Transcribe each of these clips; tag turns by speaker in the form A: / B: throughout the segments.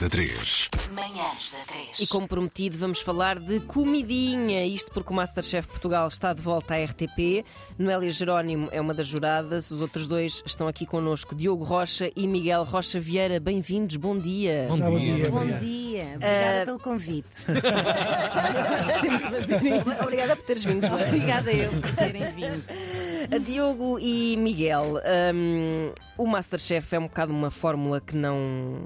A: da 3.
B: Manhãs da 3.
C: E como prometido, vamos falar de comidinha. Isto porque o Masterchef Portugal está de volta à RTP. Noélia Jerónimo é uma das juradas. Os outros dois estão aqui connosco, Diogo Rocha e Miguel Rocha Vieira. Bem-vindos, bom dia.
D: Bom dia.
E: Bom dia, obrigada pelo convite. Gosto sempre de fazer isto.
C: Obrigada por teres vindo. Joana.
E: Obrigada eu por terem vindo.
C: Diogo e Miguel, hum, o Masterchef é um bocado uma fórmula que não,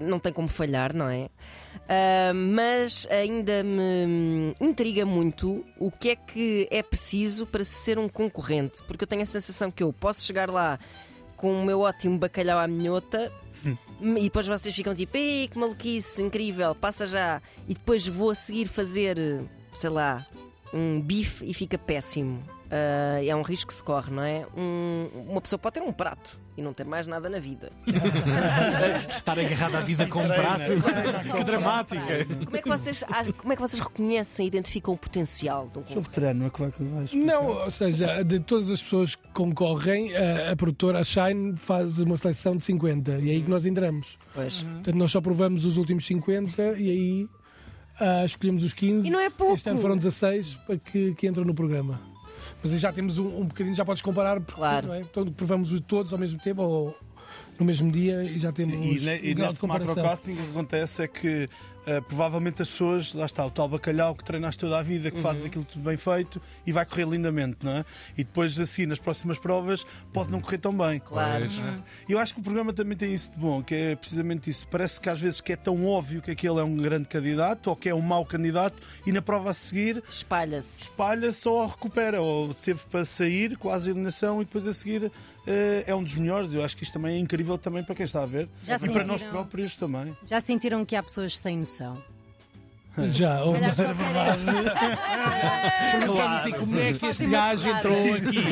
C: não tem como falhar, não é? Ah, mas ainda me intriga muito o que é que é preciso para ser um concorrente, porque eu tenho a sensação que eu posso chegar lá com o meu ótimo bacalhau à minhota. E depois vocês ficam tipo, ei, que maluquice, incrível, passa já. E depois vou a seguir fazer, sei lá, um bife e fica péssimo. Ah, é um risco que se corre, não é? Um- uma pessoa pode ter um prato e não ter mais nada na vida.
D: Estar agarrado à vida com um
F: né?
D: prato. Que
F: um
D: dramática.
C: Como é que vocês, ach- como é que vocês reconhecem e identificam o potencial de um
G: Sou
C: concorrente?
G: veterano, é claro que vais.
H: Não, ou seja, de todas as pessoas que concorrem, a, a produtora, a Shine, faz uma seleção de 50 e é aí que nós entramos.
C: Pois.
H: Portanto, nós só provamos os últimos 50 e aí ah, escolhemos os 15.
C: E não é pouco.
H: Este ano foram 16 para que, que entram no programa. Mas aí já temos um, um bocadinho, já podes comparar, porque,
C: Claro.
H: não é? Então, provamos os todos ao mesmo tempo ou no mesmo dia e já temos
F: E, ne- e
H: um grau de
F: nesse
H: comparação.
F: macrocasting o que acontece é que eh, provavelmente as pessoas, lá está, o tal bacalhau que treinaste toda a vida, que
H: Uhum.
F: fazes aquilo tudo bem feito e vai correr lindamente, não é? E depois, assim, nas próximas provas, pode
H: Uhum.
F: não correr tão bem.
C: Claro.
F: E eu acho que o programa também tem isso de bom, que é precisamente isso. Parece que às vezes que é tão óbvio que aquele é um grande candidato ou que é um mau candidato e na prova a seguir
C: Espalha-se.
F: espalha-se ou recupera, ou teve para sair quase a eliminação e depois a seguir eh, é um dos melhores. Eu acho que isto também é incrível também para quem está a ver
E: Já
F: e para
E: sentiram?
F: nós próprios também.
E: Já sentiram que há pessoas sem noção?
H: Já,
E: Se
H: houve-
E: calhar só querem.
D: Claro.
E: é que este gajo entrou
F: aqui.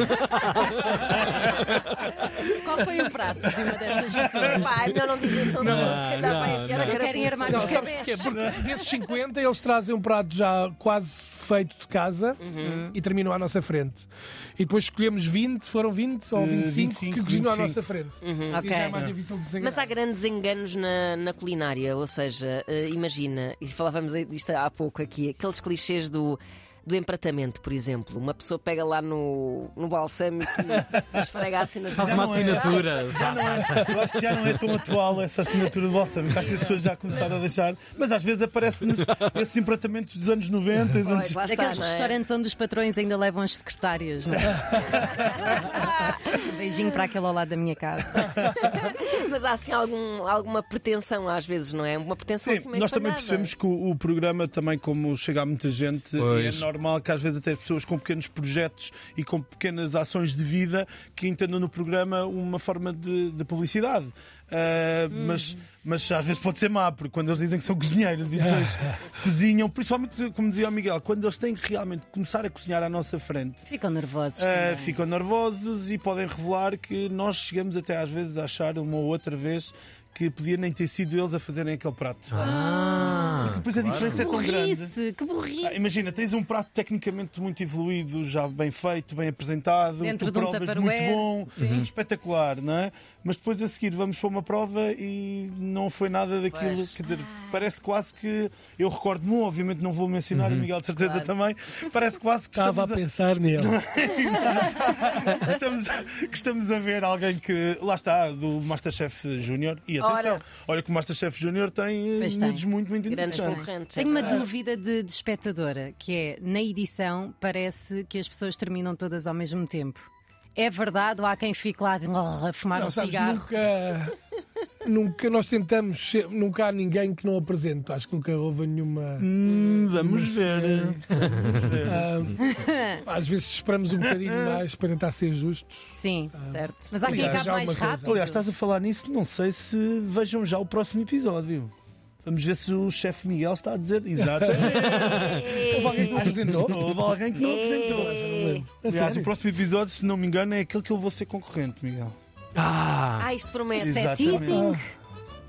E: Qual foi o prato de uma dessas pessoas?
C: Pá, é melhor não dizer só não, se calhar vai enfiar a
E: Eu quero ir mais
H: Não, sabes porquê? Porque desses 50 eles trazem um prato já quase feito de casa e terminam à nossa frente. E depois escolhemos 20, foram 20 ou
F: Eh,
H: 25,
F: 25,
H: que cozinham à
F: 25.
H: nossa frente. E já é mais
E: Ok.
H: difícil de
C: Mas há
H: desenganar.
C: grandes enganos na, na culinária, ou seja, eh, imagina, e falávamos disto há pouco aqui, aqueles clichês do. Do empratamento, por exemplo, uma pessoa pega lá no, no balsâmico e esfrega assim nas
D: Faz uma
C: mãos.
D: assinatura.
F: Eu acho que já não é tão atual essa assinatura de vossa, acho que as pessoas já começaram a deixar, mas às vezes aparece-nos esses empratamentos dos anos 90, dos anos
C: Pois, lá está,
E: Daqueles
C: não é?
E: restaurantes onde os patrões ainda levam as secretárias. não é? Beijinho para aquele ao lado da minha casa.
C: Mas há assim algum, alguma pretensão às vezes, não é? Uma pretensão assim
F: Sim,
C: meio
F: nós também
C: espalhada.
F: percebemos que o, o programa também, como chega a muita gente, e é
D: Pois.
F: normal que às vezes até as pessoas com pequenos projetos e com pequenas ações de vida que entendam no programa uma forma de, de publicidade. Ah, mas, mas às vezes pode ser má, porque quando eles dizem que são cozinheiros e depois cozinham, principalmente como dizia o Miguel, quando eles têm que realmente começar a cozinhar à nossa frente,
E: Ficam nervosos. é?
F: ah,
E: também.
F: ficam nervosos e podem revelar que nós chegamos até às vezes a achar uma ou outra vez que podia nem ter sido eles a fazerem aquele prato.
D: Ah.
F: Depois a diferença
E: Que
F: é tão grande.
E: burrice, que burrice.
F: Ah, Imagina, tens um prato tecnicamente muito evoluído, já bem feito, bem apresentado,
E: Dentro
F: tu
E: de um
F: provas muito
E: Tupperware.
F: bom, Uhum. espetacular, não é? Mas depois a seguir vamos para uma prova e não foi nada daquilo.
C: Pois.
F: Quer dizer, parece quase que. Eu recordo-me, obviamente não vou mencionar, o Miguel de certeza também, parece quase que
H: Uhum. Estava a
F: estamos a,
H: pensar nele.
F: que estamos, que estamos a ver alguém que. Lá está, do Masterchef Júnior. E atenção,
C: Ora.
F: olha, que o Masterchef Júnior tem eh,
E: Pois tem.
F: miúdos muito, muito
C: Grandes
F: interessantes.
C: concorrentes.
E: Tenho uma
C: é verdade.
E: dúvida de, de espectadora, que é, na edição parece que as pessoas terminam todas ao mesmo tempo. É verdade ou há quem fique lá a fumar
H: Não,
E: um
H: sabes,
E: cigarro?
H: nunca, nunca nós tentamos, ser- nunca há ninguém que não apresente. Acho que nunca houve nenhuma.
F: Hum, vamos ver.
H: Ah, às vezes esperamos um bocadinho mais para tentar ser justos.
E: Sim.
C: Certo.
E: Mas há quem
H: Ah, Aliás,
E: acabe
H: já há
E: mais
H: uma coisa.
E: rápido.
F: Aliás, estás a falar nisso, não sei se vejam já o próximo episódio. Vamos ver se o chefe Miguel está a dizer. Exato.
H: Houve alguém que não apresentou?
F: Houve alguém que
C: É.
F: não apresentou.
H: A
F: Aliás, o
H: sério?
F: próximo episódio, se não me engano, é aquele que eu vou ser concorrente, Miguel.
D: Ah.
C: Ah, isto promete.
E: Isso é
F: Exatamente.
E: teasing.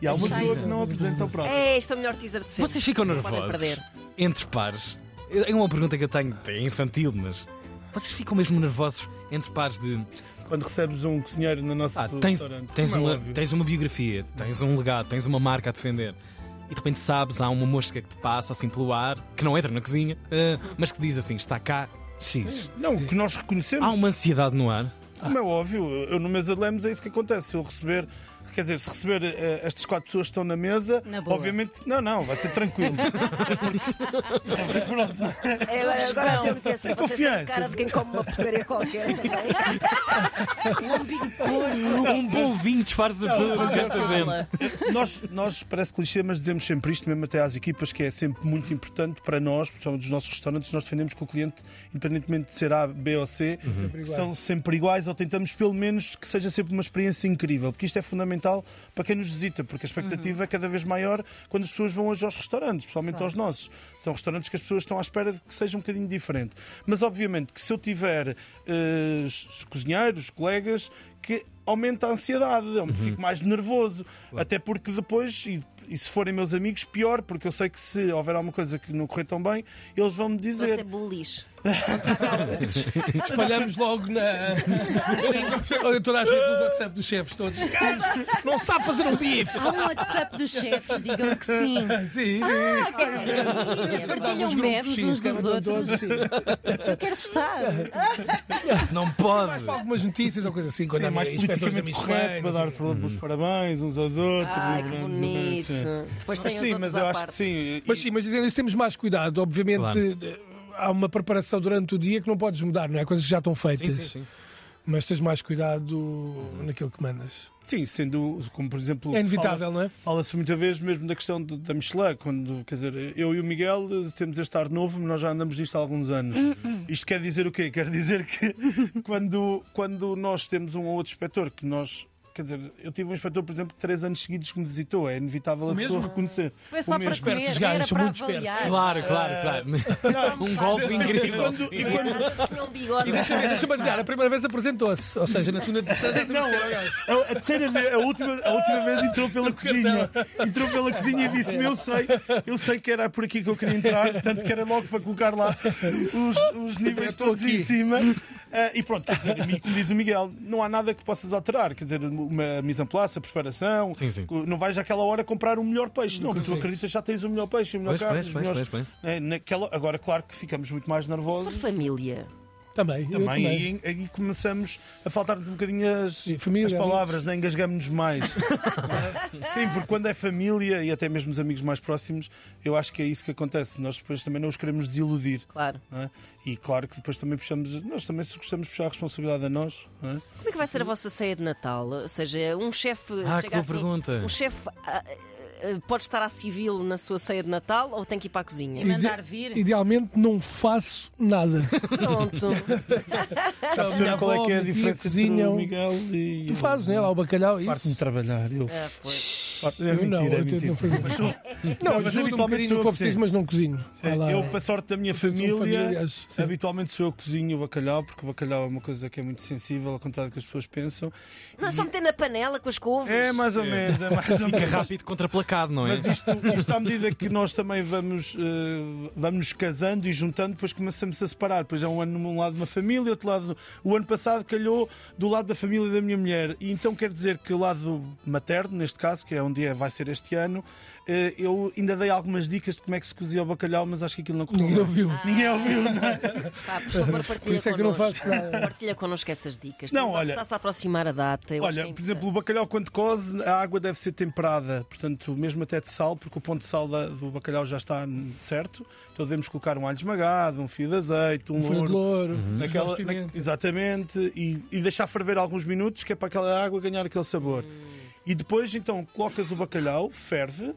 F: E há uma pessoa que não apresenta o próximo.
C: É, este é o melhor teaser de sempre.
D: Vocês ficam
C: Não podem
D: nervosos
C: perder.
D: entre pares. É uma pergunta que eu tenho, é infantil, mas vocês ficam mesmo nervosos entre pares de.
F: Quando recebes um cozinheiro no nosso
D: Ah, tens,
F: restaurante.
D: tens,
F: Como é
D: uma,
F: óbvio.
D: tens uma biografia, tens um legado, tens uma marca a defender. e de repente sabes, há uma mosca que te passa assim pelo ar, que não entra na cozinha, eh, mas que diz assim: está cá, X.
F: Não, o que nós reconhecemos.
D: Há uma ansiedade no ar.
F: Como é óbvio, eu no mesa de Lemos é isso que acontece. Se eu receber, quer dizer, se receber eh, estas quatro pessoas que estão na mesa,
E: Na boa.
F: obviamente, não, não, vai ser tranquilo. Porque- Pronto,
A: É, Agora, agora ele dizia assim: vocês têm
F: É Confiança.
A: cara de quem come uma porcaria qualquer também.
D: Um bom vinho disfarça toda esta gente.
F: nós, nós parece clichê, mas dizemos sempre isto, mesmo até às equipas, que é sempre muito importante para nós, principalmente dos nossos restaurantes, nós defendemos que o cliente, independentemente de ser A, B ou C, que são Uhum. sempre iguais ou tentamos pelo menos que seja sempre uma experiência incrível, porque isto é fundamental para quem nos visita, porque a expectativa é cada vez maior quando as pessoas vão hoje aos restaurantes, principalmente aos nossos. São restaurantes que as pessoas estão à espera de que seja um bocadinho diferente. Mas obviamente que se eu tiver eh, os cozinheiros, colegas, que aumenta a ansiedade, eu
H: Uhum.
F: fico mais nervoso. Até porque depois, e, e se forem meus amigos, pior, porque eu sei que se houver alguma coisa que não correr tão bem, eles vão me
A: Você
C: é
F: dizer. é
A: bullies.
H: Espalhamos logo na. Olha, toda a gente nos WhatsApp dos chefes todos. "Gajo, Não sabe fazer um bife!
E: Há um WhatsApp dos chefes, digam que sim.
H: Ah, Sim,
E: Partilham
H: Alguns
E: memes
H: É grupos, um
E: uns
H: sim,
E: dos
H: estavam
E: outros.
H: todos, sim.
E: Eu quero estar.
D: Não
H: Faz
D: pode.
H: para algumas notícias ou coisa assim, quando
F: Sim,
H: há
F: é mais
H: inspectores da
F: politicamente
H: Michelin,
F: correto para
H: não
F: dar
H: sei Uhum.
F: os parabéns uns aos outros. né,
C: Ai, que
F: Sim.
C: bonito. Depois
F: Mas
C: tem os
F: sim,
C: outros
F: mas
C: à
F: eu acho
C: parte.
F: que sim.
H: Mas sim, mas dizendo isso, temos mais cuidado. Obviamente,
D: Claro.
H: eh, há uma preparação durante o dia que não podes mudar, não é? Coisas que já estão
D: Sim,
H: feitas.
D: sim, sim.
H: Mas tens mais cuidado naquilo que mandas.
F: Sim, sendo como por exemplo.
H: É inevitável, não é?
F: Fala-se muita vez mesmo da questão de- da Michelin, quando, quer dizer, eu e o Miguel eh, temos este ar novo, mas nós já andamos nisto há alguns anos. Isto quer dizer o quê? Quer dizer que quando, quando nós temos um ou outro inspetor, que nós. Quer dizer, eu tive um inspetor, por exemplo, que três anos seguidos que me visitou, é inevitável a pessoa reconhecer.
E: Foi
F: O
E: só para
F: mesmo.
E: comer,
H: Espertos
E: não era
H: gajos,
E: para
H: muito espertos.
E: avaliar.
D: Claro, claro,
C: Ah.
D: claro. Um golpe incrível.
F: E
A: É, às vezes tinha um bigode.
H: Deixa- Deixa-me adivinhar, a primeira vez apresentou-se. Ou seja, na segunda terceira. já sabemos que era o gajo.
F: A, a terceira vez- a última, a última vez entrou pela cozinha. Entrou pela cozinha e disse-me: Eu sei, eu sei que era por aqui que eu queria entrar, portanto que era logo para colocar lá
D: Então,
F: os, os níveis
H: estou
F: todos em
H: aqui.
F: cima. Ah, e pronto, quer dizer, a mim, como diz o Miguel, não há nada que possas alterar. Quer dizer, uma mise en place, a preparação.
D: Sim, sim.
F: Não vais àquela hora comprar o melhor peixe. Não, tu acreditas já tens o melhor peixe, o melhor
D: Pois,
F: carne.
D: pois,
F: os
D: pois,
F: melhores-
D: pois, pois.
F: É, naquela- Agora, claro que ficamos muito mais
C: Se for
F: nervosos.
C: família,
H: Também, eu
F: Também,
H: também.
F: aí, aí começamos a faltar-nos um bocadinho as,
H: Sim, família,
F: as palavras, nem engasgamos-nos mais. Sim, porque quando é família e até mesmo os amigos mais próximos, eu acho que é isso que acontece. Nós depois também não os queremos desiludir.
C: claro.
F: não é? E claro que depois também puxamos, nós também se gostamos de puxar a responsabilidade a nós. não é?
C: Como é que vai ser a vossa ceia de Natal? Ou seja, um chefe
D: Ah, que
C: chega
D: boa
C: assim,
D: pergunta.
C: um chefe ah, ah, pode estar à civil na sua ceia de Natal ou tem que ir para a
E: E
C: cozinha?
E: mandar vir.
H: Idealmente não faço nada.
C: Pronto.
F: Já perceberam
H: minha
F: qual é
H: avó,
F: que é a
H: minha tia
F: diferença entre
H: cozinham.
F: o Miguel e.
H: Tu fazes, não é? Lá o bacalhau.
F: Farto-me de
H: Isso. É.
F: trabalhar. Eu...
C: Ah, pois.
F: É,
H: Eu não,
F: mentira, é
H: eu tento
F: mentira.
H: não fazer.
F: Mas sou-
H: Não,
F: mas
H: ajudo um
F: habitualmente
H: bocadinho,
F: sou assim.
H: se for
F: eu que
H: preciso,
F: sei.
H: mas não cozinho. Vai lá. um
F: Eu, para sorte da minha
H: Vocês são
F: família,
H: familiares, sim.
F: habitualmente sou eu que cozinho o bacalhau, porque o bacalhau é uma coisa que é muito sensível, ao contrário do que as pessoas pensam.
C: Não é só meter na panela com as couves.
F: É mais ou menos, é mais ou
D: Fica
F: menos.
D: rápido contraplacado, não é?
F: Mas isto, isto, à medida que nós também vamos, eh, vamos nos casando e juntando, depois começamos a separar. Depois há um ano num lado de uma família, outro lado. O ano passado calhou do lado da família da minha mulher. E então quer dizer que o lado materno, neste caso, que é onde é- vai ser este ano, eh, eu ainda dei algumas dicas de como é que se cozia o bacalhau, mas acho que aquilo não correu.
H: Ninguém
F: bem.
H: ouviu.
F: Ninguém ouviu, não é?
C: Pá, por favor,
H: Por
C: partilha
H: isso é que eu não
C: connosco.
H: faço nada.
C: Partilha connosco essas dicas.
F: Não,
C: Estamos a
F: olha-
C: Começar a aproximar a data. Eu acho que
F: Olha,
C: é
F: por exemplo, o
C: importante.
F: bacalhau quando cose, a água deve ser temperada, portanto, mesmo até de sal, porque o ponto de sal da- do bacalhau já está n- certo. Então devemos colocar um alho esmagado, um fio de azeite, um
H: Folha de
F: louro.
H: louro.
F: naquela-
H: Naquela,
F: na- exatamente, e, e deixar ferver alguns minutos, que é para aquela água ganhar aquele sabor.
C: Hum.
F: E depois, então, colocas o bacalhau, ferve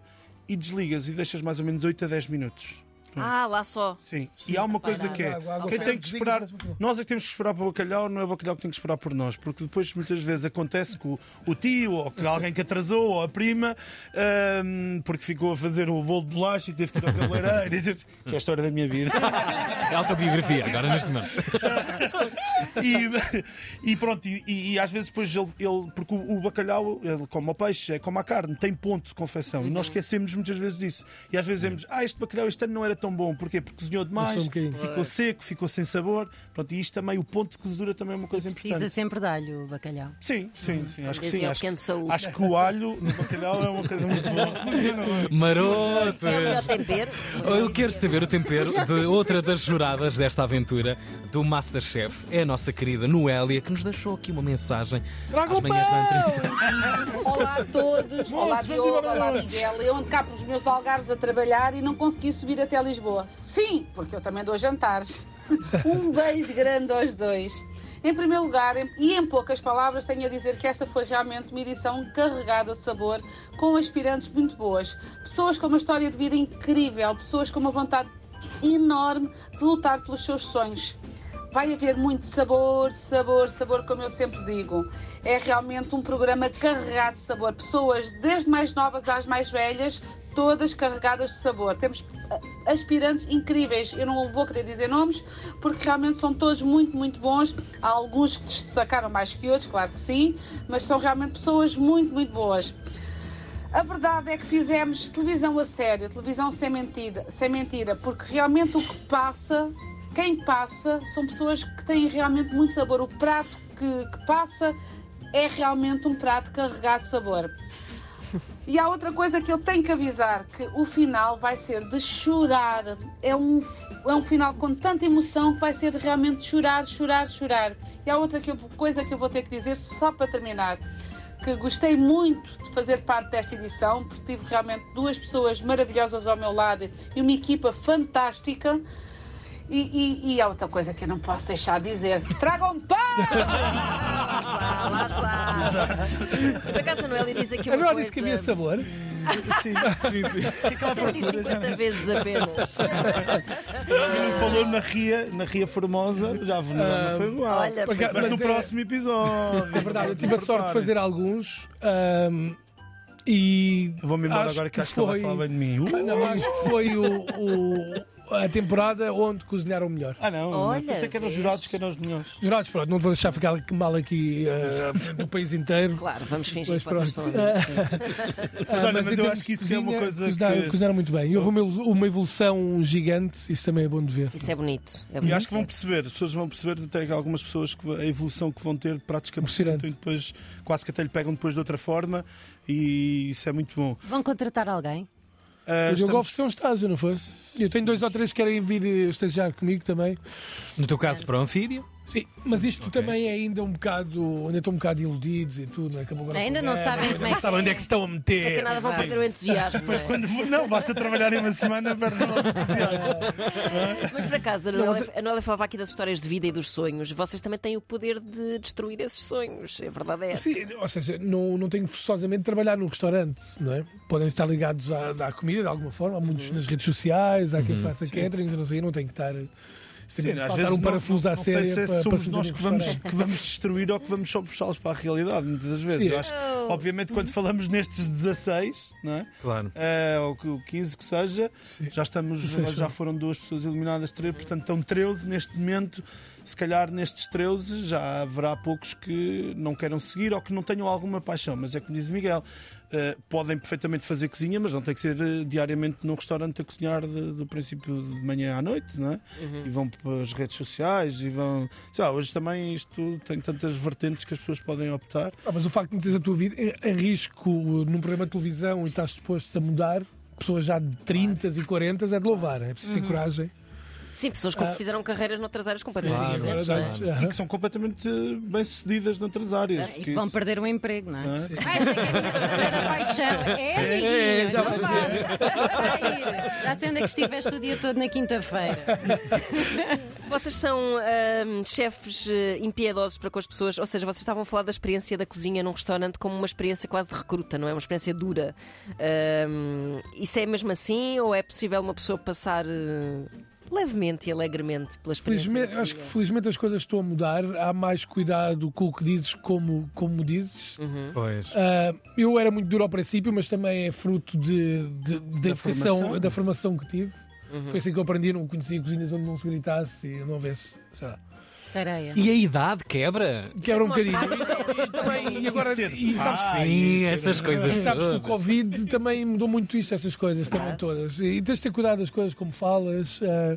F: e desligas e deixas mais ou menos 8 a 10 minutos.
C: Ah, lá só.
F: Sim. E há uma coisa que é:
H: água, água,
F: quem
H: água,
F: tem que
H: água,
F: esperar,
H: água, água.
F: nós é que temos que esperar para o bacalhau, não é o bacalhau que tem que esperar por nós, porque depois muitas vezes acontece que o, o tio ou que alguém que atrasou ou a prima, hum, porque ficou a fazer o bolo de bolacha e teve que ir ao cabeleireiro, e teve- que é a história da minha vida.
D: É autobiografia, agora neste momento.
F: e, e pronto, e, e- e às vezes depois ele, ele- porque o, o bacalhau, ele como o peixe, é como a carne, tem ponto de confecção. E nós esquecemos muitas vezes disso. E às vezes dizemos, ah, este bacalhau este ano não era tão tão bom. Porquê? Porque cozinhou
H: Só um
F: demais,
H: bocadinho.
C: É.
F: ficou seco, ficou sem sabor. Pronto, e isto também, o ponto de cozedura também é uma coisa
E: Precisa
F: importante.
E: sempre de alho o bacalhau.
F: Sim, sim, sim, acho que
C: Assim,
F: sim.
C: ao
F: Acho,
C: pequeno saúde.
F: acho que o alho no bacalhau é uma coisa muito boa.
D: Maroto!
A: É o melhor tempero.
D: Eu quero saber o tempero de outra das juradas desta aventura do Masterchef. É a nossa querida Noélia que nos deixou aqui uma mensagem às manhãs da entrevista.
B: Olá a todos, olá Diogo, olá Miguel. Eu ando cá para os meus algarves a trabalhar e não consegui subir até Lisboa. Sim, porque eu também dou jantares. Um beijo grande aos dois. Em primeiro lugar, em- e em poucas palavras, tenho a dizer que esta foi realmente uma edição carregada de sabor, com aspirantes muito boas, pessoas com uma história de vida incrível, pessoas com uma vontade enorme de lutar pelos seus sonhos. Vai haver muito sabor, sabor, sabor, como eu sempre digo. É realmente um programa carregado de sabor. Pessoas, desde mais novas às mais velhas, todas carregadas de sabor. Temos ah, aspirantes incríveis. Eu não vou querer dizer nomes, porque realmente são todos muito, muito bons. Há alguns que destacaram mais que outros, claro que sim, mas são realmente pessoas muito, muito boas. A verdade é que fizemos televisão a sério, televisão sem mentira, sem mentira, porque realmente o que passa, quem passa, são pessoas que têm realmente muito sabor. O prato que, que passa é realmente um prato carregado de sabor. E há outra coisa que eu tenho que avisar, que o final vai ser de chorar. É um, é um final com tanta emoção que vai ser de realmente chorar, chorar, chorar. E há outra que eu- coisa que eu vou ter que dizer só para terminar, que gostei muito de fazer parte desta edição, porque tive realmente duas pessoas maravilhosas ao meu lado e uma equipa fantástica. E, e, e há outra coisa que eu não posso deixar de dizer. Tragam pão!
A: Lá está, lá está. Por acaso a Noelia diz aqui
H: A
A: uma
H: Noel
A: coisa...
H: disse que havia sabor.
F: Sim, sim, sim. Fica lá para
C: 150 vezes apenas.
F: Falou na Ria, na Ria Formosa, já não, não foi igual.
C: Olha,
H: Por acaso-
F: mas, no
H: mas é-
F: próximo episódio.
H: É verdade, eu tive a sorte de fazer alguns. ahm, e.
F: Eu vou-me embora
H: acho
F: agora que acho que ela
H: foi... Ah,
F: vai falar bem de mim. Uh!
H: Não, acho que foi o, o- a temporada onde cozinharam melhor.
F: Ah, não,
C: Olha,
F: não. pensei que eram os
C: vês.
F: jurados que eram os melhores.
H: Jurados, pronto, não te vou deixar ficar aqui- mal aqui eh, do país inteiro.
C: Claro, vamos fingir
H: Mas
C: que vocês estão a
H: pronto.
C: ver.
F: Mas olha,
H: em
F: mas eu
H: termos
F: acho que isso
H: de
F: que é uma
H: Ah, então cozinha,
F: coisa
H: cozinharam,
F: que-
H: cozinharam muito bem. E houve uma evolu- uma evolução gigante, isso também é bom de ver.
C: Isso é bonito. É
F: E
C: bonito.
F: acho que vão perceber, as pessoas vão perceber até que algumas pessoas que a evolução que vão ter de pratos que
H: Impressionante.
F: apresentam e depois quase que até lhe pegam depois de outra forma e isso é muito bom.
E: Vão contratar alguém?
F: Ah,
H: O Diogo
F: estamos-
H: ofereceu um estágio, não foi? Eu tenho dois ou três que querem vir eh, estagiar comigo também.
D: No teu caso, para o anfíbio.
H: Sim, mas isto também é ainda um bocado. Ainda estou um bocado iludidos e tudo, não é? Acabou agora o
E: Ainda não
H: programa,
E: sabem como é
H: não
E: que
H: sabem
E: é.
H: onde é que se estão a
C: Não tem
H: meter.
C: nada, vão perder o entusiasmo. não é?
F: Quando for- Não, basta trabalhar em uma semana perde logo o entusiasmo.
C: Mas por acaso, a Noelia, a Noelia falava aqui das histórias de vida e dos sonhos. Vocês também têm o poder de destruir esses sonhos. A verdade é essa.
H: Sim, ou seja, não, não tenho forçosamente de trabalhar num restaurante, não é? Podem estar ligados à, à comida de alguma forma, há
F: Uhum.
H: muitos nas redes sociais, há quem faça caterings, eu não sei, eu não tenho que estar.
F: Sim,
H: Sim,
F: às
H: faltar
F: vezes
H: um parafuso
F: não,
H: à
F: não sei
H: séria
F: se é-
H: para-
F: somos
H: para
F: nós
H: subir
F: que
H: no
F: vamos,
H: restaurante.
F: que vamos destruir ou que vamos só puxá-los para a realidade, muitas das vezes.
H: Sim.
F: Eu acho que, obviamente, quando falamos nestes 16, não é?
D: Claro.
F: Eh, ou que- o 15 que seja, já estamos,
H: Dezesseis,
F: já foram duas pessoas eliminadas, três, portanto estão 13 neste momento. Se calhar nestes 13 já haverá poucos que não queiram seguir ou que não tenham alguma paixão, mas é como diz o Miguel. eh, podem perfeitamente fazer cozinha, mas não tem que ser eh, diariamente num restaurante a cozinhar de- do princípio de manhã à noite, não é? E vão para as redes sociais e vão. Sei lá, hoje também isto tem tantas vertentes que as pessoas podem optar.
H: Ah, mas o facto de meteres a tua vida em- em risco eh, num programa de televisão e estás disposto a mudar, pessoas já de 30 e 40 é de louvar, é preciso ter coragem.
C: Sim, pessoas que fizeram carreiras noutras áreas completamente
D: Claro,
C: diferentes.
D: claro.
C: não é?
F: E que são completamente eh, bem-sucedidas noutras áreas.
E: E que vão perder o emprego, não é?
F: Não é?
E: Ah, esta é que é a minha verdadeira paixão. É, amiguinho,
D: já
E: então vá. Vai ir. Já sei onde é que estiveste o dia todo na quinta-feira.
C: Vocês são ahm, chefes eh, impiedosos para com as pessoas, ou seja, vocês estavam a falar da experiência da cozinha num restaurante como uma experiência quase de recruta, não é? Uma experiência dura. Ahm, isso é mesmo assim ou é possível uma pessoa passar eh, levemente e alegremente pela experiência?
H: Felizmente,
C: da
H: acho que
C: cozinha?
H: felizmente as coisas estão a mudar, há mais cuidado com o que dizes, como, como dizes.
D: Pois.
H: Ah, eu era muito duro ao princípio, mas também é fruto de, de- da, educação,
F: formação.
H: da formação que tive. Foi assim que eu aprendi, não conhecia cozinhas onde não se gritasse e não houvesse, sei lá.
E: Areia.
D: E a idade quebra?
C: é
H: Quebra um bocadinho.
A: bocadinho.
H: Também, e agora,
F: E cedo.
H: e sabes,
F: Ah,
D: Sim,
F: isso,
D: essas
H: e
D: coisas.
H: é sabes que o
D: todas.
H: Covid também mudou muito isto, essas coisas também todas. E tens de ter cuidado das coisas como falas, eh,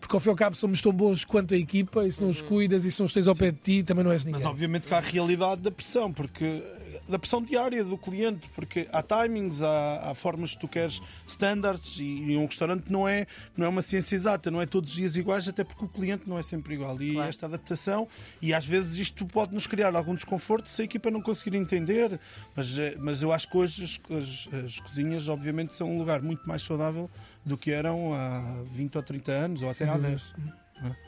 H: porque ao fim e ao cabo somos tão bons quanto a equipa, e se não os cuidas e se não os tens ao pé de ti, também não és ninguém.
F: Mas obviamente que há a realidade da pressão, porque da pressão diária do cliente, porque há timings, há, há formas que tu queres standards e, e um restaurante não é, não é uma ciência exata, não é todos os dias iguais, até porque o cliente não é sempre igual. E esta adaptação, e às vezes isto pode nos criar algum desconforto se a equipa não conseguir entender, mas, eh, mas eu acho que hoje as, as- as cozinhas obviamente são um lugar muito mais saudável do que eram há 20 ou 30 anos, ou até há 10.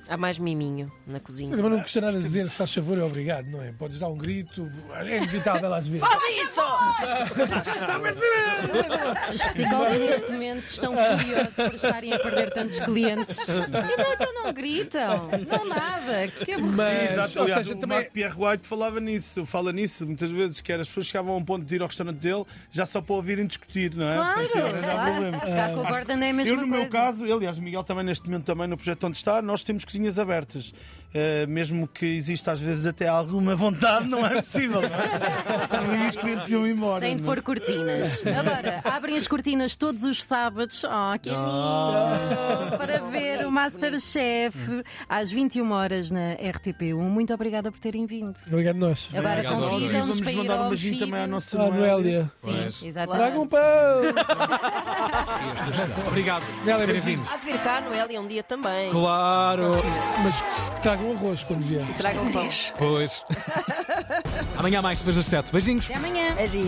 C: Há mais miminho na cozinha.
H: Eu também não custa nada dizer se faz favor ou obrigado, não é? Podes dar um grito, é inevitável às vezes.
A: Isso!
E: Os psicólogos neste momento estão furiosos por estarem a perder tantos clientes. Então, então não gritam, não nada, que aborrecido.
H: Mas,
F: Exato,
H: É, ou
F: aliás,
H: seja,
F: o
H: também-
F: Marco Pierre White falava nisso, fala nisso muitas vezes, que era as pessoas chegavam a um ponto de ir ao restaurante dele já só para ouvirem discutir, não é?
E: Claro,
F: Portanto, às vezes há
E: claro.
F: problema.
E: Se calhar com o Gordon é a mesma
F: Eu, no meu
E: coisa.
F: caso, eu, aliás, o Miguel também, neste momento, também no projeto onde está, nós temos cozinhas abertas. Eh, mesmo que exista, às vezes, até alguma vontade, não é possível, não é? Senão aí os clientes iam embora.
E: Tem de
F: não é?
E: pôr cortinas. Agora, abrem as cortinas todos os sábados. Oh, que lindo! Para ver o Masterchef às 21 horas na RTP1. Muito obrigada por terem vindo.
H: Obrigado nós.
E: Agora
D: Obrigado, Elsa.
F: E
E: convidam-nos
F: é vamos
E: para ir
F: mandar
E: ao
F: um beijinho
E: anfíbio.
F: também à nossa
H: Ah,
F: Noélia.
H: Noélia.
E: Sim,
D: Pois.
E: exatamente.
H: Traga um pão!
D: Obrigado por terem vindo.
C: Há de vir cá no Elia um dia também.
D: Claro,
H: Mas que se traga um arroz quando vier.
C: Tragam um pão.
D: pois. Amanhã mais depois das sete. Beijinhos.
E: Até amanhã.
C: Beijinhos.